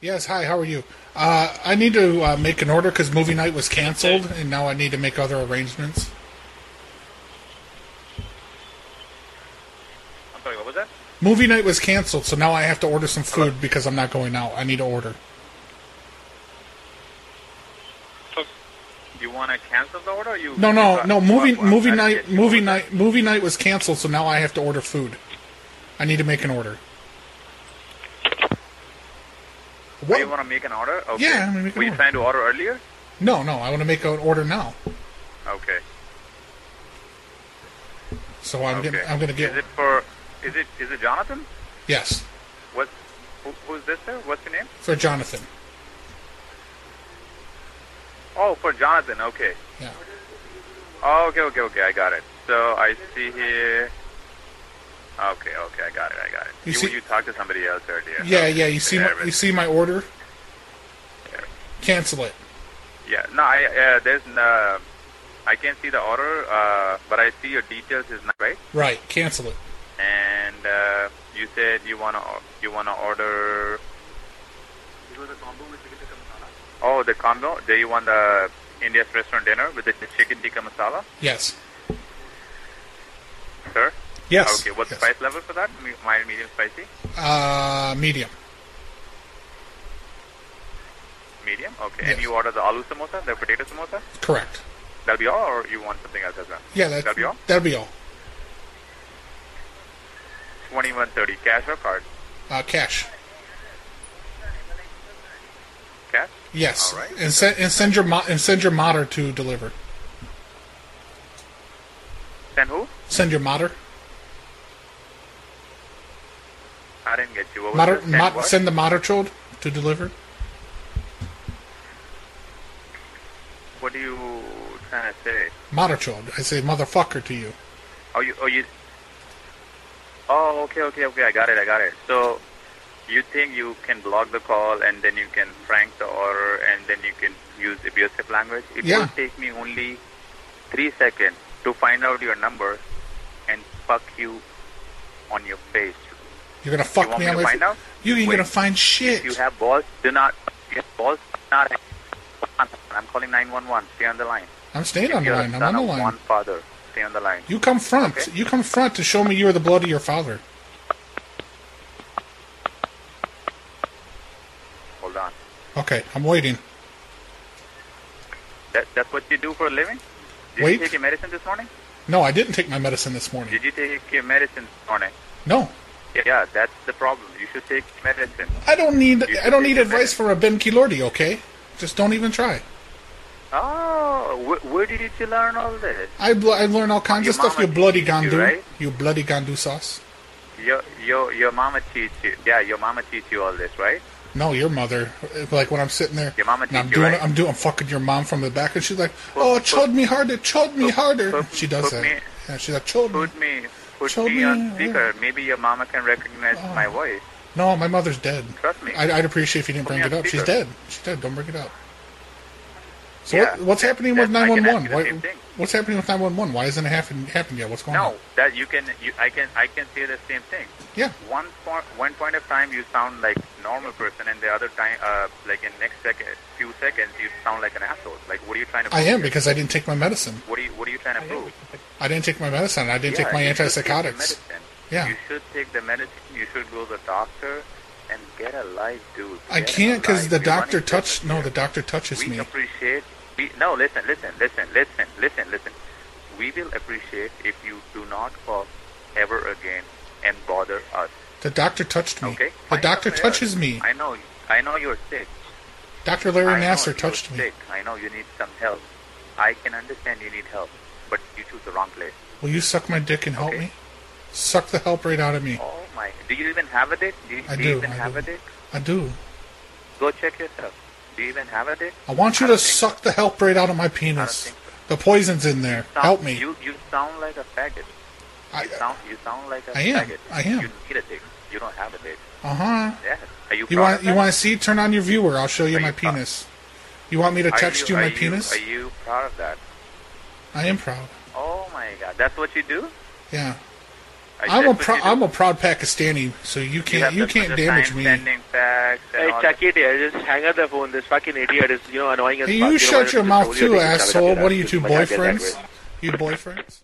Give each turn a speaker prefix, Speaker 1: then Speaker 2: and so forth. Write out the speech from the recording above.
Speaker 1: Yes, hi, how are you? Uh, I need to uh, make an order because movie night was canceled, and now I need to make other arrangements.
Speaker 2: I'm sorry, what was that?
Speaker 1: Movie night was canceled, so now I have to order some food because I'm not going out. I need to order.
Speaker 2: So, you want to cancel the order? Or you
Speaker 1: No, no,
Speaker 2: uh,
Speaker 1: no. Movie
Speaker 2: what- what-
Speaker 1: movie
Speaker 2: I
Speaker 1: night
Speaker 2: did you
Speaker 1: movie
Speaker 2: order?
Speaker 1: night movie night was canceled, so now I have to order food. I need to make an order.
Speaker 2: Oh,
Speaker 1: What?
Speaker 2: you want to make an order? Okay.
Speaker 1: Yeah, I'm gonna make an
Speaker 2: Were you
Speaker 1: order.
Speaker 2: trying to order earlier?
Speaker 1: No, no. I want to make an order now.
Speaker 2: Okay.
Speaker 1: So I'm
Speaker 2: okay.
Speaker 1: getting. I'm gonna
Speaker 2: Is
Speaker 1: get.
Speaker 2: it for? Is it is it Jonathan?
Speaker 1: Yes,
Speaker 2: What? Who, who's this? Sir? What's your name?
Speaker 1: for Jonathan.
Speaker 2: Oh, for Jonathan. Okay.
Speaker 1: Yeah.
Speaker 2: Oh, okay, okay, okay. I got it. So I see here. Okay, okay. I got it. I got it.
Speaker 1: You
Speaker 2: You,
Speaker 1: see-
Speaker 2: you talked to somebody else earlier.
Speaker 1: Yeah,
Speaker 2: Okay.
Speaker 1: yeah. You see,
Speaker 2: Yeah,
Speaker 1: my,
Speaker 2: but-
Speaker 1: you see my order. Cancel it.
Speaker 2: Yeah, no, I uh, there's uh, I can see the order, uh, but I see your details is not right.
Speaker 1: Right. Cancel it.
Speaker 2: And uh, you said you wanna you wanna order. Oh, the combo. Do you want the India's restaurant dinner with the chicken tikka masala,
Speaker 1: Yes.
Speaker 2: sir?
Speaker 1: Yes.
Speaker 2: Okay. What's
Speaker 1: yes.
Speaker 2: the spice level for that? Me- Mild, medium, spicy,
Speaker 1: Uh, medium.
Speaker 2: medium. Okay. And
Speaker 1: Yes.
Speaker 2: you order the aloo samosa, the potato samosa.
Speaker 1: Correct.
Speaker 2: That'll be all, or you want something else as well?
Speaker 1: Yeah. That's,
Speaker 2: That'll be all.
Speaker 1: That'll be all.
Speaker 2: Twenty-one thirty, cash or card?
Speaker 1: Uh, cash.
Speaker 2: Cash.
Speaker 1: Yes.
Speaker 2: All right.
Speaker 1: And send and send your mo- and send your modder to deliver.
Speaker 2: Then who?
Speaker 1: Send your modder.
Speaker 2: I didn't get you. What was
Speaker 1: Modder.
Speaker 2: it? Send
Speaker 1: Mod,
Speaker 2: what?
Speaker 1: send the modder child to deliver.
Speaker 2: What are you trying to say?
Speaker 1: Modder child. I say motherfucker to you.
Speaker 2: Oh, you, oh, you. Oh, okay, okay, okay. I got it. I got it. So, you think you can block the call and then you can prank the order and then you can use abusive language? It
Speaker 1: Yeah.
Speaker 2: will take me only three seconds to find out your number and fuck you on your face.
Speaker 1: You're gonna fuck
Speaker 2: you want
Speaker 1: me
Speaker 2: me
Speaker 1: on
Speaker 2: to
Speaker 1: my.
Speaker 2: find out?
Speaker 1: You ain't
Speaker 2: Wait.
Speaker 1: gonna find shit.
Speaker 2: If you have balls, do not. If you have balls, do not. I'm calling 911. Stay on the line.
Speaker 1: I'm staying on the
Speaker 2: You're a
Speaker 1: line. I'm on
Speaker 2: son
Speaker 1: the
Speaker 2: of
Speaker 1: line.
Speaker 2: one father. Stay on the line.
Speaker 1: You come front.
Speaker 2: Okay.
Speaker 1: You come front to show me you are the blood of your father.
Speaker 2: Hold on.
Speaker 1: Okay, I'm waiting.
Speaker 2: That, that's what you do for a living? Did
Speaker 1: Wait. Hmm.
Speaker 2: you take your medicine this morning?
Speaker 1: No, I didn't take my medicine this morning.
Speaker 2: Did you take your medicine this morning?
Speaker 1: No,
Speaker 2: Yeah, yeah, that's the problem. You should take medicine.
Speaker 1: I don't need.
Speaker 2: You
Speaker 1: I don't
Speaker 2: should
Speaker 1: need
Speaker 2: take
Speaker 1: advice from a Ben Kilordi. Okay, just don't even try.
Speaker 2: Oh, wh- where did you learn all this?
Speaker 1: I bl- I learn all kinds
Speaker 2: Your
Speaker 1: of stuff.
Speaker 2: mama
Speaker 1: You bloody
Speaker 2: teaches you,
Speaker 1: gandu.
Speaker 2: right?
Speaker 1: You bloody gandu sauce.
Speaker 2: Your your your mama teach you. Yeah, your mama teach you all this, right?
Speaker 1: No, your mother. Like when I'm sitting there,
Speaker 2: Your mama
Speaker 1: and I'm
Speaker 2: teach you,
Speaker 1: doing,
Speaker 2: right?
Speaker 1: I'm doing, I'm fucking your mom from the back, and she's like,
Speaker 2: Well,
Speaker 1: "Oh,
Speaker 2: well,
Speaker 1: chod me harder, chod me
Speaker 2: well,
Speaker 1: harder."
Speaker 2: well,
Speaker 1: she does that.
Speaker 2: well, me-
Speaker 1: Yeah, she's like, "Chod me."
Speaker 2: Put me put
Speaker 1: Show
Speaker 2: me,
Speaker 1: me,
Speaker 2: on
Speaker 1: yeah. Oh.
Speaker 2: speaker. Maybe your mama can recognize my voice.
Speaker 1: No, my mother's dead.
Speaker 2: Trust me.
Speaker 1: I'd, I'd appreciate if you didn't
Speaker 2: Put
Speaker 1: bring
Speaker 2: me
Speaker 1: it
Speaker 2: on
Speaker 1: up. She's
Speaker 2: speaker.
Speaker 1: dead. She's dead. Don't bring it up. So
Speaker 2: Yeah,
Speaker 1: what, what's
Speaker 2: that-
Speaker 1: happening
Speaker 2: that-
Speaker 1: with
Speaker 2: I can ask
Speaker 1: 911?
Speaker 2: you the same
Speaker 1: Why,
Speaker 2: thing.
Speaker 1: what's happening with 911? Why isn't it happen, happened yet? What's going on?
Speaker 2: No, that you can you, I can I can say the same thing.
Speaker 1: Yeah.
Speaker 2: one point one point of time you sound like normal person and the other time uh, like in next second few seconds you sound like an asshole like what are you trying to
Speaker 1: I
Speaker 2: prove
Speaker 1: am
Speaker 2: here?
Speaker 1: because I didn't take my medicine.
Speaker 2: what are you what are you trying to prove
Speaker 1: I didn't take my medicine. I didn't
Speaker 2: Yeah,
Speaker 1: take my
Speaker 2: you should take the
Speaker 1: antipsychotics.
Speaker 2: medicine.
Speaker 1: Yeah.
Speaker 2: you should take the medicine you should go to the doctor and get a life dude
Speaker 1: I
Speaker 2: Get a
Speaker 1: can't because
Speaker 2: life.
Speaker 1: the
Speaker 2: You're running
Speaker 1: doctor touched.
Speaker 2: business
Speaker 1: No,
Speaker 2: here.
Speaker 1: the doctor touches
Speaker 2: we
Speaker 1: me.
Speaker 2: appreciate we no listen listen listen listen listen listen we will appreciate if you do not call ever again and bother us
Speaker 1: The doctor touched me.
Speaker 2: okay
Speaker 1: The
Speaker 2: I
Speaker 1: doctor
Speaker 2: know-
Speaker 1: touches me.
Speaker 2: i know i know you're sick
Speaker 1: Dr. Larry
Speaker 2: I know
Speaker 1: Nasser
Speaker 2: you're
Speaker 1: touched me.
Speaker 2: sick. I know you need some help. I can understand you need help, but you choose the wrong place.
Speaker 1: Will you suck my dick and help
Speaker 2: Okay.
Speaker 1: me? Suck the help right out of me.
Speaker 2: Oh my! Do you even have a date? Do you,
Speaker 1: I
Speaker 2: you
Speaker 1: do,
Speaker 2: even
Speaker 1: I
Speaker 2: have
Speaker 1: do.
Speaker 2: a date?
Speaker 1: I do.
Speaker 2: Go check yourself. Do you even have a date?
Speaker 1: I want you
Speaker 2: I don't
Speaker 1: to
Speaker 2: think
Speaker 1: suck the help right out of my penis.
Speaker 2: think
Speaker 1: The poison's in there.
Speaker 2: Sound-
Speaker 1: Help me.
Speaker 2: You you sound like a faggot.
Speaker 1: I,
Speaker 2: You sound you sound like a
Speaker 1: I am.
Speaker 2: faggot.
Speaker 1: I am.
Speaker 2: You need a date. You don't have a date.
Speaker 1: uh-huh.
Speaker 2: Yeah. Are you?
Speaker 1: You
Speaker 2: proud
Speaker 1: want
Speaker 2: of
Speaker 1: you
Speaker 2: that?
Speaker 1: want to see? Turn on your viewer. I'll show you
Speaker 2: Are
Speaker 1: my
Speaker 2: you proud?
Speaker 1: penis. You want me to
Speaker 2: Are
Speaker 1: text you,
Speaker 2: are
Speaker 1: my penis?
Speaker 2: Are you proud of that?
Speaker 1: I am proud.
Speaker 2: Oh my God! That's what you do?
Speaker 1: Yeah.
Speaker 2: I
Speaker 1: I'm a
Speaker 2: just
Speaker 1: pro-
Speaker 2: put it
Speaker 1: I'm
Speaker 2: up.
Speaker 1: a proud Pakistani, so you
Speaker 2: You
Speaker 1: can't
Speaker 2: have
Speaker 1: you
Speaker 2: to put
Speaker 1: can't
Speaker 2: the
Speaker 1: damage
Speaker 2: sign,
Speaker 1: me.
Speaker 2: Sending facts and
Speaker 3: Hey,
Speaker 2: all
Speaker 3: chuck it here. Just hang up the phone. This fucking idiot is, you know, annoying as
Speaker 1: Hey,
Speaker 3: fuck.
Speaker 1: you
Speaker 3: know, why
Speaker 1: shut
Speaker 3: don't
Speaker 1: your
Speaker 3: just
Speaker 1: mouth
Speaker 3: roll your
Speaker 1: too,
Speaker 3: dick and shove it up your
Speaker 1: asshole.
Speaker 3: ass?
Speaker 1: What are you
Speaker 3: Just
Speaker 1: two
Speaker 3: must have been that
Speaker 1: boyfriends?
Speaker 3: way.
Speaker 1: You boyfriends?